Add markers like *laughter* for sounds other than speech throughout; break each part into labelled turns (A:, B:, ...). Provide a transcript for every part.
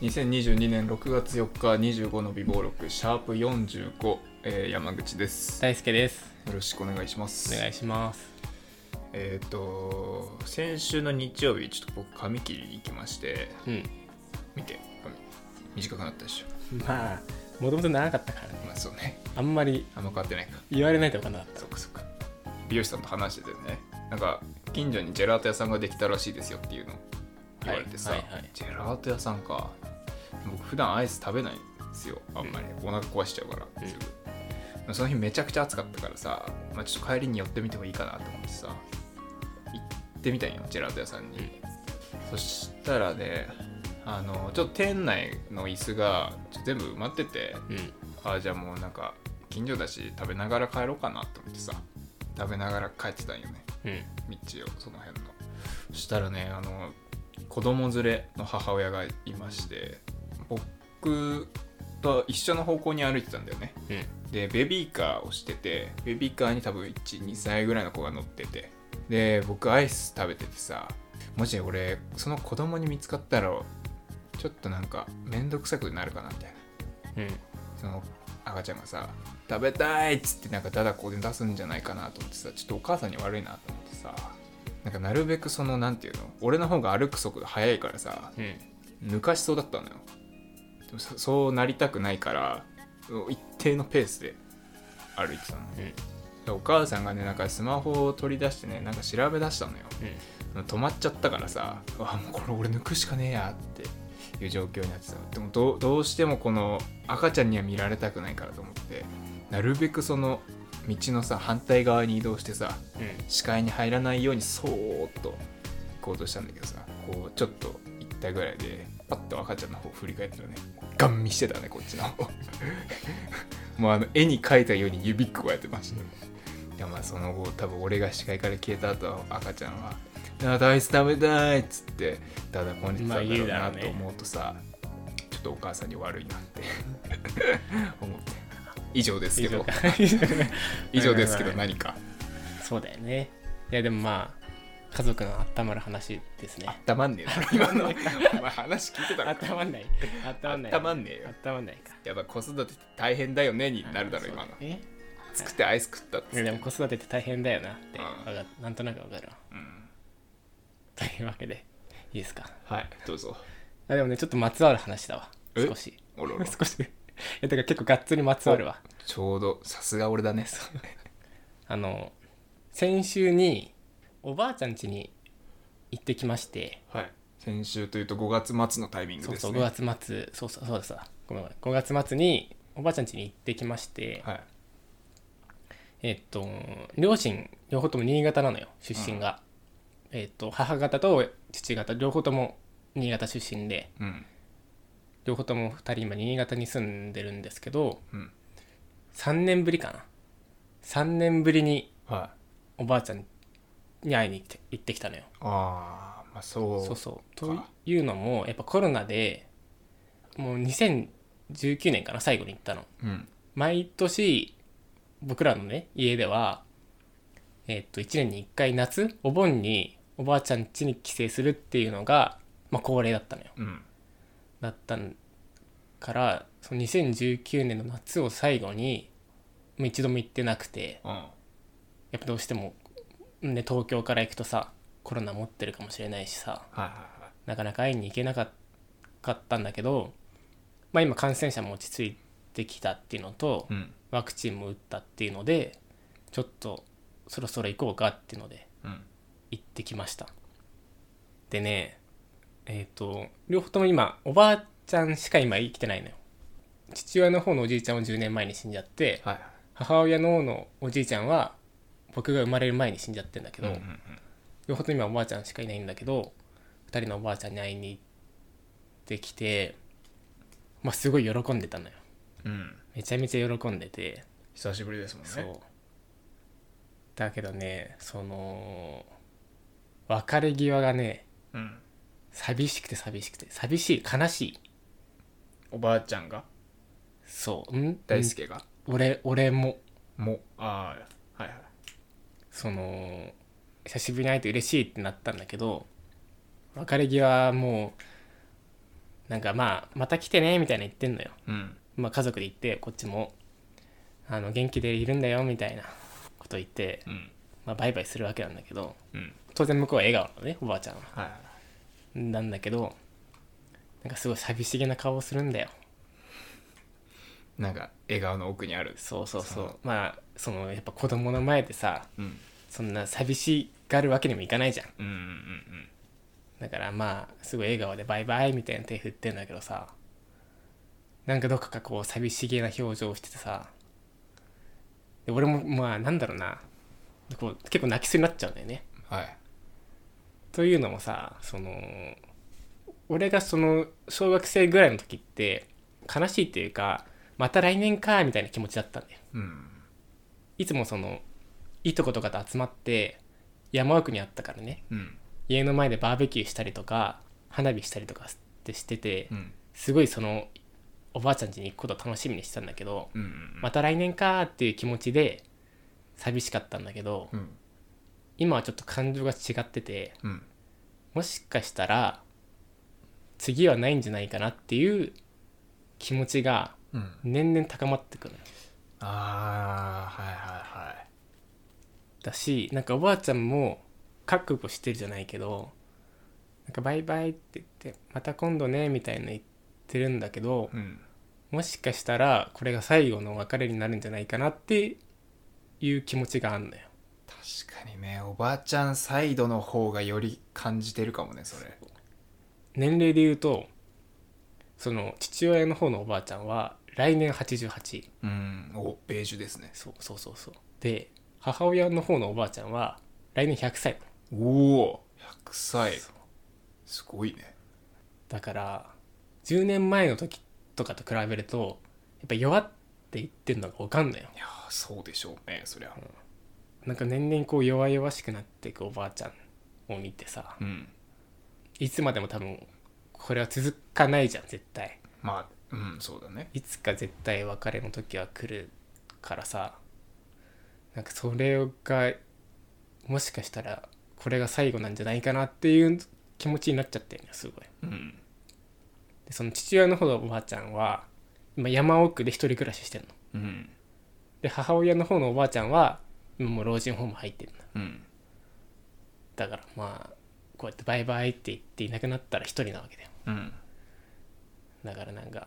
A: 2022年6月4日25の美貌録シャープ45、えー山口ですよ
B: 大輔です
A: ろしくお願いします
B: お願いします
A: えっ、と先週の日曜日ちょっと僕髪切りに行きまして
B: うん
A: 見て髪短くなったでし
B: まあもともと長かったからね
A: ょまあそうね
B: あんまり
A: あんま変わってないか
B: 言われないと分かんなかった
A: そっかそっか美容師さんと話しててねなんか近所にジェラート屋さんができたらしいですよっていうのを言われてさ、
B: はいはいはい
A: ジェラート屋さんか僕普段アイス食べないんですよあんまりお腹壊しちゃうからすぐ、その日めちゃくちゃ暑かったからさ、まあ、ちょっと帰りに寄ってみてもいいかなと思ってさ行ってみたんよジェラート屋さんに、
B: うん
A: そしたらねあのちょっと店内の椅子がちょっと全部埋まってて
B: うん
A: あじゃあもうなんか近所だし食べながら帰ろうかなと思ってさ食べながら帰ってたんよね
B: うん
A: 道をその辺のそしたらねあの子供連れの母親がいまして僕と一緒の方向に歩いてたんだよね
B: うん
A: でベビーカーをしててベビーカーに多分12歳ぐらいの子が乗っててで僕アイス食べててさもし俺その子供に見つかったらちょっとなんか面倒くさくなるかなみたいな
B: うん
A: その赤ちゃんがさ「食べたい!」っつってなんかダダこで出すんじゃないかなと思ってさちょっとお母さんに悪いなと思ってさなんかなるべくそのなんていうの俺の方が歩く速度速いからさ
B: うん
A: 抜かしそうだったのよでもそそうなりたくないから一定のペースで歩いてたの
B: うん
A: でお母さんがねなんかスマホを取り出してねなんか調べ出したのよ
B: うん
A: 止まっちゃったからさあもうこれ俺抜くしかねえやっていう状況になってたでもどうどうしてもこの赤ちゃんには見られたくないからと思ってなるべくその道のさ反対側に移動してさ
B: うん
A: 視界に入らないようにそーっと行動したんだけどさこうちょっと行ったぐらいでパッと赤ちゃんの方振り返ったらねガン見してたねこっちの方 *laughs* もうあの絵に描いたように指くわえてました、いやまあその後多分俺が視界から消えた後赤ちゃんは「ダダアイス食べたい」っつってダダこねてたんだろう
B: まあ言うだろ
A: な
B: うね
A: と思うとさ、ちょっとお母さんに悪いなって *laughs* 思って以上ですけ
B: *laughs* 以上
A: ど
B: か
A: 以上ですけど
B: はいはいは
A: 何
B: い
A: か
B: そうだよねいやでもまあ家族の温まる話ですね
A: たまんねえな *laughs* 今のお前話聞いてたのか
B: 温まんない温まんない
A: 温まんねえよ
B: 温まんないか
A: やっぱ子育てって大変だよねになるだろ
B: そう
A: 今の
B: ね
A: 作ってアイス食ったっつっ
B: い
A: て
B: やでも子育てって大変だよなって
A: うん
B: わかなんとなくわかるわ
A: うん
B: というわけでいいですか
A: はいどうぞ
B: あでもねちょっとまつわる話だわ
A: え
B: 少し
A: おろおろ
B: *laughs* 少しいやだから結構がっつりまつわるわ
A: ちょうどさすが俺だね
B: あの先週におばあちゃん家に行ってきまして
A: はい先週というと5月末のタイミング
B: そう
A: です
B: そ
A: ね
B: う5月末そうそうそうだそうだごめんごめん5月末におばあちゃん家に行ってきまして、
A: はい
B: えっと両親両方とも新潟なのよ出身が、えっと母方と父方両方とも新潟出身で
A: うん
B: 両方とも2人今新潟に住んでるんですけど
A: うん
B: 3年ぶりかな3年ぶりに
A: はい
B: おばあちゃんに会いに行って行ってきたのよ
A: あーまあそう
B: そうそうというのもやっぱコロナでもう2019年かな最後に行ったの
A: うん
B: 毎年僕らのね家ではえっと1年に1回夏お盆におばあちゃん家に帰省するっていうのが、まあ、恒例だったのよ
A: うん
B: だったからその2019年の夏を最後にもう一度も行ってなくて
A: うん
B: やっぱどうしても、ね、東京から行くとさコロナ持ってるかもしれないしさ
A: はいはいはい
B: なかなか会いに行けなかったんだけど、まあ、今感染者も落ち着いてきたっていうのと
A: うん
B: ワクチンも打ったっていうのでちょっとそろそろ行こうかっていうので
A: うん
B: 行ってきましたでねえっ、と両方とも今おばあちゃんしか今生きてないのよ父親の方のおじいちゃんは10年前に死んじゃって
A: はいはい
B: 母親の方のおじいちゃんは僕が生まれる前に死んじゃってんだけ
A: うん
B: ど、
A: うんうん
B: 両方とも今おばあちゃんしかいないんだけど2人のおばあちゃんに会いに行ってきてまあすごい喜んでたのよ
A: うん
B: めちゃめちゃ喜んでて
A: 久しぶりですもんね
B: そうだけどねその別れ際がね
A: うん
B: 寂しくて寂しくて寂しい悲しい
A: おばあちゃんが
B: そうん
A: 大輔が
B: うん俺俺も
A: もああはいはい
B: その久しぶりに会えて嬉しいってなったんだけど別れ際もうなんかまあまた来てねみたいな言ってんのよ、
A: うん
B: まあ、家族で行ってこっちもあの元気でいるんだよみたいなこと言って、
A: うん
B: まあ、バイバイするわけなんだけど
A: うん
B: 当然向こうは笑顔なのねおばあちゃんは
A: はいはい
B: なんだけどなんかすごい寂しげな顔をするんだよ
A: なんか笑顔の奥にある
B: そうそうそう
A: そう
B: まあそのやっぱ子供の前でさ
A: うん
B: そんな寂しがるわけにもいかないじゃん
A: うんうんうん
B: だからまあすごい笑顔でバイバイみたいな手振ってんだけどさなんかどっかこう寂しげな表情をしててさで俺もまあなんだろうなこう結構泣きそうになっちゃうんだよね
A: うんはい
B: というのもさその俺がその小学生ぐらいの時って悲しいっていうかまた来年かみたいな気持ちだったんだよ
A: うん
B: いつもそのいとことかと集まって山奥にあったからね
A: うん
B: 家の前でバーベキューしたりとか花火したりとかってしてて、
A: うん
B: すごいそのおばあちゃん家に行くことを楽しみにしてたんだけど
A: うんうん
B: また来年かーっていう気持ちで寂しかったんだけど
A: うん
B: 今はちょっと感情が違ってて
A: うん
B: もしかしたら次はないんじゃないかなっていう気持ちが
A: うん
B: 年々高まってくるのよ
A: ああはいはいはい
B: だしなんかおばあちゃんも覚悟してるじゃないけどなんかバイバイって言ってまた今度ねみたいな言ってるんだけど、
A: うん
B: もしかしたらこれが最後の別れになるんじゃないかなっていう気持ちがあるんだよ
A: 確かにねおばあちゃんサイドの方がより感じてるかもねそれ
B: 年齢で言うとその父親の方のおばあちゃんは来年88
A: うんおベージュですね
B: そうそうそうそうで母親の方のおばあちゃんは来年100歳
A: おお100歳
B: そう
A: すごいね
B: だから10年前の時とかと比べるとやっぱ弱っていってるのが分かんないよ
A: いやーそうでしょうねそりゃ
B: なんか年々こう弱々しくなっていくおばあちゃんを見てさ
A: うん
B: いつまでも多分これは続かないじゃん絶対
A: まあうんそうだね
B: いつか絶対別れの時は来るからさなんかそれがもしかしたらこれが最後なんじゃないかなっていう気持ちになっちゃってるすごい
A: うん
B: でその父親の方のおばあちゃんは今山奥で一人暮らししてんの
A: うん
B: で母親の方のおばあちゃんは今もう老人ホーム入ってるんだ
A: うん
B: だからまあこうやってバイバイって言っていなくなったら一人なわけだよ
A: うん
B: だからなんか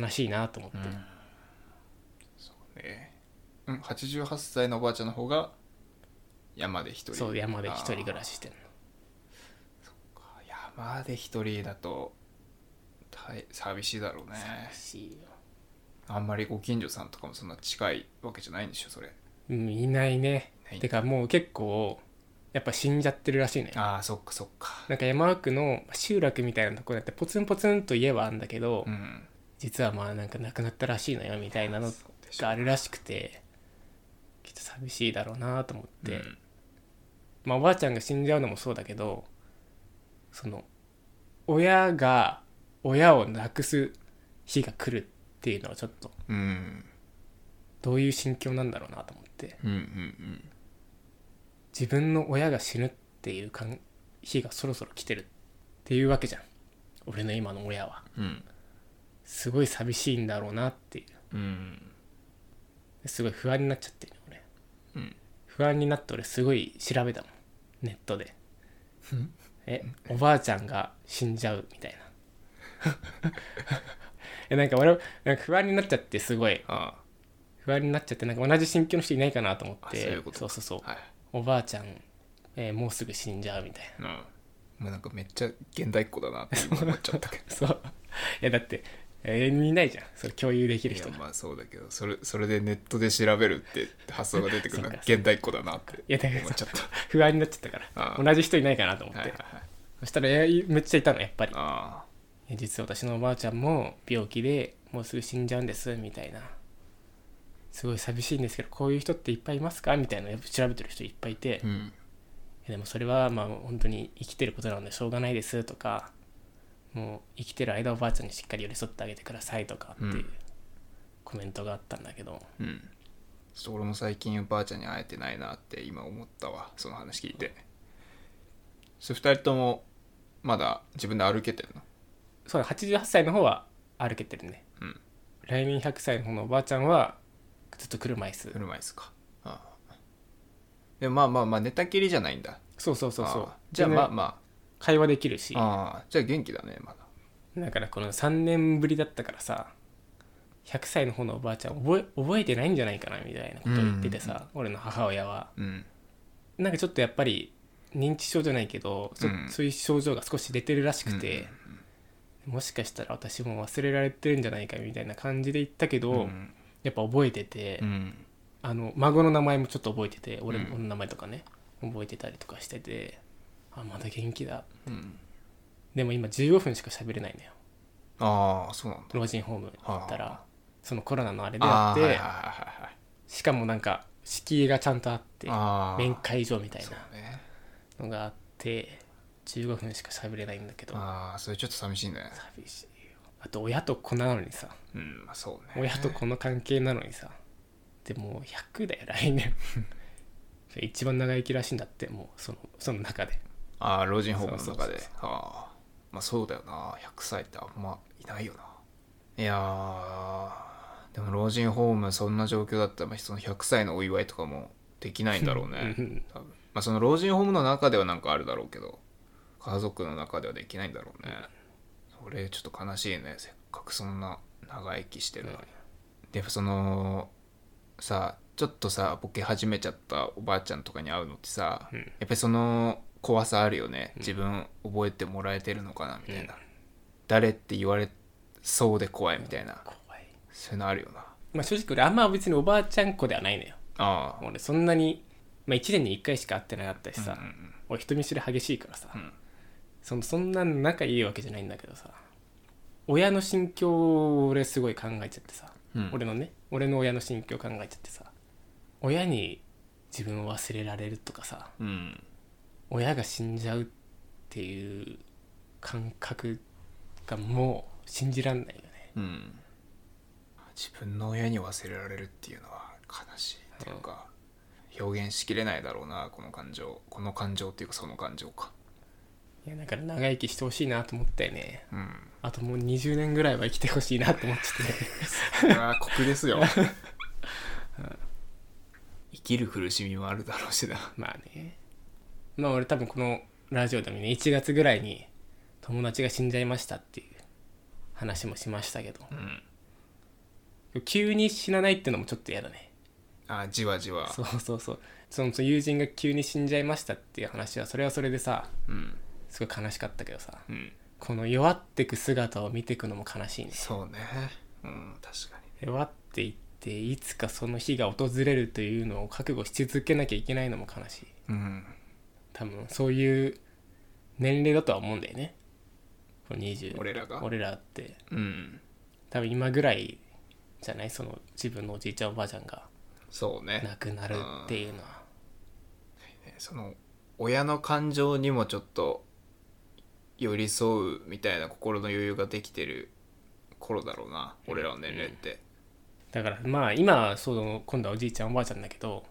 B: 悲しいなと思って、
A: ねうん88歳のおばあちゃんの方が山で一人
B: そう山で一人暮ら
A: し
B: ししてんの
A: 山で一人だと大寂しいだろうね
B: 悲しいよ
A: あんまりご近所さんとかもそんな近いわけじゃないんでしょそれ
B: うんいないね
A: ない
B: てかもう結構やっぱ死んじゃってるらしいね
A: ああそっかそっか
B: なんか山奥の集落みたいなところだってポツンポツンと家はあるんだけど、
A: うん
B: 実はまあなんか亡くなったらしいのよみたいなの
A: そうでしょ
B: があるらしくてきっと寂しいだろうなと思って、
A: うん
B: まあおばあちゃんが死んじゃうのもそうだけどその親が親を亡くす日が来るっていうのはちょっと
A: うん
B: どういう心境なんだろうなと思って
A: うんうんうん
B: 自分の親が死ぬっていうかん日がそろそろ来てるっていうわけじゃん俺の今の親は
A: うん
B: すごい寂しいんだろうなっていう
A: うん
B: すごい不安になっちゃってる俺、
A: うん
B: 不安になって俺すごい調べたもんネットで
A: ん
B: えおばあちゃんが死んじゃうみたいな *laughs* えなんか俺なんか不安になっちゃってすごい
A: あ
B: 不安になっちゃってなんか同じ心境の人いないかなと思っ
A: あそう
B: て
A: いうこと
B: そうそうそう
A: あはい
B: おばあちゃん、えーもうすぐ死んじゃうみたいな
A: うんもうなんかめっちゃ現代っ子だなって今思っちゃったけど
B: そう。いや、だって、永遠にいないじゃん。それ共有できる
A: いや
B: 人が。い
A: まあそうだけどそれそれでネットで調べるって発想が出てくるのは
B: そうか
A: 現代っ子だなって
B: や、だから
A: 思っちゃった
B: そう不 *laughs* 安になっちゃったか
A: ああ
B: ら。同じ人いないかなと思って。
A: はいはいはい
B: そしたら、いやめっちゃいたの、やっぱり。
A: あ
B: え実は私のおばあちゃんも病気でもうすぐ死んじゃうんです、みたいな。すごい寂しいんですけど、こういう人っていっぱいいますかみたいな、やっぱ調べてる人いっぱいいて
A: あう。ん
B: いやでもそれはまあ本当に生きてることなのでしょうがないですとかもう生きてる間おばあちゃんにしっかり寄り添ってあげてくださいとかっていううんコメントがあったんだけど、
A: うんちょっと俺も最近おばあちゃんに会えてないなって今思ったわその話聞いてそれ2人ともまだ自分で歩けてるの
B: そうだ88歳の方は歩けてるね、
A: うん
B: 来年100歳の方のおばあちゃんはずっと車椅子
A: 車椅子かああでもまあまあまあ寝たきりじゃないんだ
B: そうそうそうそう
A: ああじゃあ
B: 全
A: ま
B: 然
A: あま
B: 会話できるし
A: あああじゃあ元気だねまだ
B: だからこの3年ぶりだったからさ100歳の方のおばあちゃん覚え覚えてないんじゃないかなみたいなことを言っててさ、俺の母親は
A: うん
B: なんかちょっとやっぱり認知症じゃないけど、そ
A: うん
B: そういう症状が少し出てるらしくて、もしかしたら私も忘れられてるんじゃないかみたいな感じで言ったけど、
A: うん
B: やっぱ覚えてて、
A: うん
B: あの孫の名前もちょっと覚えてて俺の名前とかね、覚えてたりとかしててあまだ元気だ
A: うん
B: でも今15分しか喋れないのよ
A: ああそうなんだ
B: 老人ホーム行ったらそのコロナのあれで
A: あ
B: あっ
A: あ
B: て、
A: はいはいはいはい
B: しかもなんか敷居がちゃんとあって
A: ああ
B: 面会場みたい
A: そうね
B: なのがあって15分しか喋れないんだけど
A: ああそれちょっと寂しいね
B: 寂しいよあと親と子なのにさ
A: うんまあそうね
B: 親と子の関係なのにさでもう100だよ
A: *laughs*
B: 来年一番長生きらしいんだってもうそのその中で
A: ああ老人ホームの中で
B: そうそう
A: ああまあそうだよな100歳ってあんまいないよないやーでも老人ホームそんな状況だったらまあその100歳のお祝いとかもできないんだろうね
B: うんうん
A: 多分まあその老人ホームの中ではなんかあるだろうけど家族の中ではできないんだろうねそれちょっと悲しいねせっかくそんな長生きしてるのに、でそのさちょっとさボケ始めちゃったおばあちゃんとかに会うのってさ、
B: うん
A: やっぱりその怖さあるよね自分覚えてもらえてるのかなみたいな、誰って言われそうで怖いみたいな、
B: 怖い
A: そういうのあるよな
B: まあ正直俺あんま別におばあちゃん子ではないのよ
A: ああ
B: 俺そんなに、まあ、1年に1回しか会ってなかったしさ、
A: うんうん
B: 俺人見知り激しいからさ、
A: うん
B: そのそんな仲いいわけじゃないんだけどさ親の心境を俺すごい考えちゃってさ、
A: うん
B: 俺のね俺の親の心境考えちゃってさ親に自分を忘れられるとかさ
A: うん
B: 親が死んじゃうっていう感覚がもう信じらんないよね
A: うん自分の親に忘れられるっていうのは悲しいっていうか、表現しきれないだろうなこの感情この感情っていうかその感情か
B: いやだから長生きしてほしいなと思ったよね
A: うん
B: あともう20年ぐらいは生きてほしいなと思っちゃって
A: それは酷ですよ生きる苦しみもあるだろうしな
B: まあねまあ俺多分このラジオでもね1月ぐらいに友達が死んじゃいましたっていう話もしましたけど
A: うん
B: 急に死なないってのもちょっと嫌だね
A: あじわじわ
B: そうそうそうそのその友人が急に死んじゃいましたっていう話はそれはそれでさ
A: うん
B: すごい悲しかったけどさ
A: うん
B: この弱ってく姿を見てくのも悲しいね
A: そうねうん確かに
B: 弱っていっていつかその日が訪れるというのを覚悟し続けなきゃいけないのも悲しい
A: うん
B: 多分そういう年齢だとは思うんだよねこの20
A: 俺らが
B: 俺らって
A: うん
B: 多分今ぐらいじゃないその自分のおじいちゃんおばあちゃんが
A: そうね
B: 亡くなるっていうのは
A: ねその親の感情にもちょっと寄り添うみたいな心の余裕ができてる頃だろうな俺らの年齢って、
B: だからまあ今はその今度はおじいちゃんおばあちゃんだけど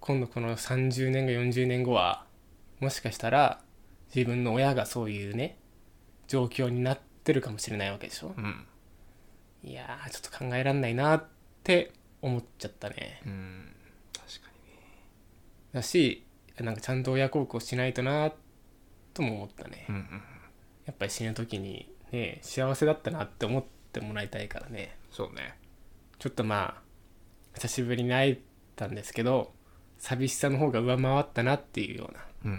B: 今度この30年後40年後はもしかしたら自分の親がそういうね状況になってるかもしれないわけでしょ
A: うん
B: いやーちょっと考えらんないなって思っちゃったね
A: うん確かにね
B: だしなんかちゃんと親孝行しないとなとも思ったね
A: うんうん
B: やっぱり死ぬ時にね幸せだったなって思ってもらいたいからね
A: そうね
B: ちょっとまあ久しぶりに会えたんですけど寂しさの方が上回ったなっていうような
A: うんうん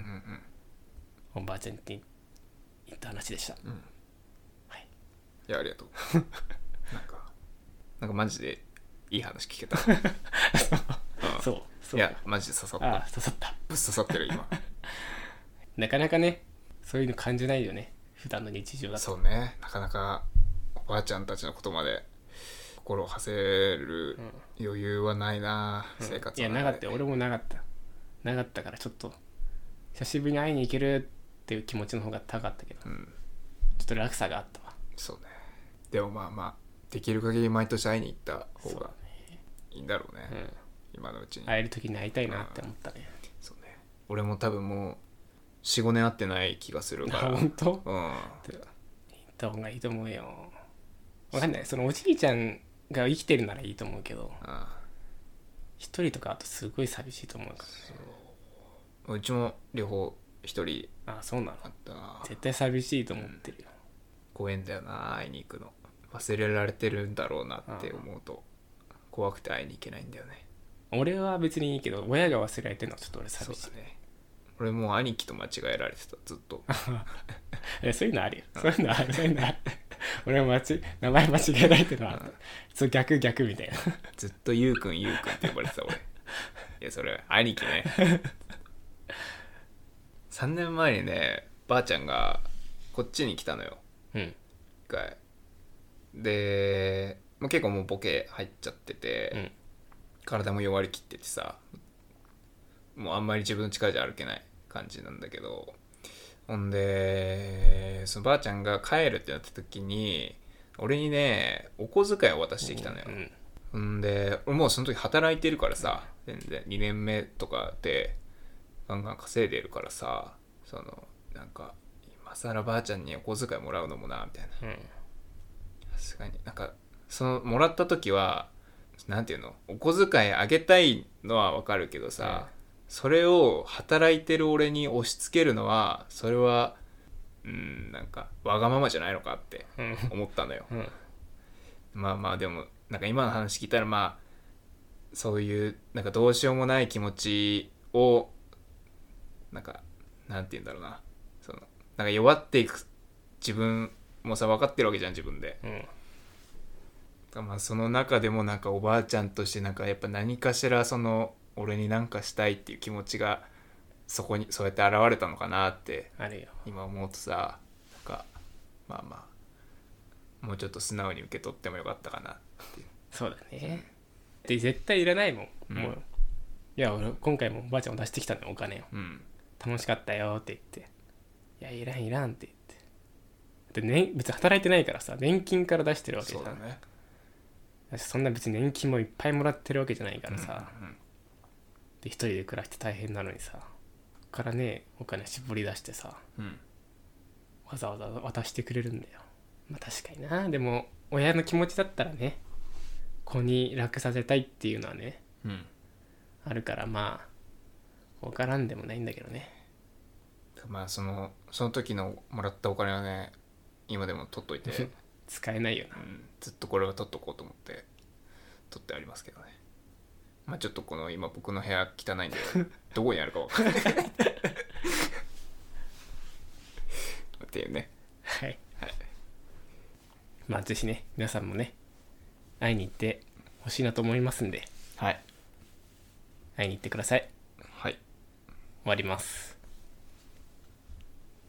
A: うん
B: おばあちゃんに言った話でした
A: いやあり *laughs* がとうなんかなんかマジでいい話聞けた
B: そう
A: い
B: そう
A: やマジで刺さった
B: ああ刺さった
A: ぶっ刺さって *laughs* る今
B: なかなかねそういうの感じないよね普段の日常だと
A: そうねなかなかおばあちゃんたちのことまで心を馳せる余裕はないな、生活
B: いや
A: の
B: な
A: 中
B: か
A: で
B: ったよ俺もなかったなかったからちょっと久しぶりに会いに行けるっていう気持ちの方が高かったけどちょ
A: うん
B: っと落差があったわ
A: そうねでもまあまあできる限り毎年会いに行った方
B: そう
A: がいいんだろうね
B: うん
A: 今のうちに、
B: 会える時に会いたいなって思ったね
A: そうね俺も多分もう45年会ってない気がする
B: *laughs* あ
A: から
B: 本当
A: うん
B: ってった方がいいと思うよわかんないそのおじいちゃんが生きてるならいいと思うけど
A: あ
B: 一人とかだとすごい寂しいと思うか
A: あうちも両方一人
B: らあそうなの
A: あったな
B: 絶対寂しいと思ってるよ、
A: 公園だよな会いに行くの忘れられてるんだろうなって思うと怖くて会いに行けないんだよね
B: 俺は別にいいけど親が忘れられてるのはちょっと俺
A: そ
B: 寂
A: う
B: しい
A: だね俺もう兄貴と間違えられてたずっと
B: えそういうのあるよ。そういうのある。そういうのある。俺も間違名前間違えられてるわ。そう逆逆みたいな。
A: ずっとゆうくんゆうくんって呼ばれてた俺いやそれ兄貴ね3年前にねばあちゃんがこっちに来たのよ
B: うん。
A: 一回で、まあ、結構もうボケ入っちゃってて、
B: うん。
A: 体も弱りきっててさもうあんまり自分の力じゃ歩けない感じなんだけどほんでそのばあちゃんが帰るってなった時に俺にねお小遣いを渡してきたのよ、
B: うん。
A: ほんで俺もうその時働いてるからさ全然2年目とかでガンガン稼いでるからさそのなんか今更ばあちゃんにお小遣いもらうのもなみたいな
B: うん。
A: さすがになんかそのもらった時はなんていうのお小遣いあげたいのはわかるけどさ、それを働いてる俺に押し付けるのはそれはうんなんかわがままじゃないのかって
B: うん。
A: 思ったのよ
B: うん。
A: まあまあでもなんか今の話聞いたらまあそういうなんかどうしようもない気持ちをなんかなんて言うんだろうなそのなんか弱っていく自分もさ分かってるわけじゃん自分で
B: うん。
A: まあその中でもなんかおばあちゃんとしてなんかやっぱ何かしらその俺に何かしたいっていう気持ちがそこにそうやって現れたのかなって
B: あるよ。
A: 今思うとさなんかまあまあもうちょっと素直に受け取ってもよかったかなっていう
B: そうだね。で、絶対いらないもん。
A: うん
B: もう。いや、俺、今回もおばあちゃんを出してきたのよ、お金を。
A: うん
B: 楽しかったよって言って。いや、いらん、いらんって言って。で、ね、別に働いてないからさ、年金から出してるわけじゃ。
A: そうんだね
B: だしそんな別に年金もいっぱいもらってるわけじゃないからさ。
A: うん
B: で一人で暮らして大変なのにさこっからねお金絞り出してさ
A: うん
B: わざわざ渡してくれるんだよまあ確かになでも親の気持ちだったらね子に楽させたいっていうのはね
A: うん
B: あるからまあ分からんでもないんだけどね
A: まあそのその時のもらったお金はね今でも取っといて、
B: *laughs* 使えないよな
A: うん、ずっとこれは取っとこうと思って取ってありますけどねまあちょっとこの今僕の部屋汚い *laughs* んでどこにあるか分かんないっていうね
B: はい
A: はい
B: まあぜひね皆さんもね会いに行ってほしいなと思いますんで
A: はい、
B: 会いに行ってください
A: はい
B: 終わります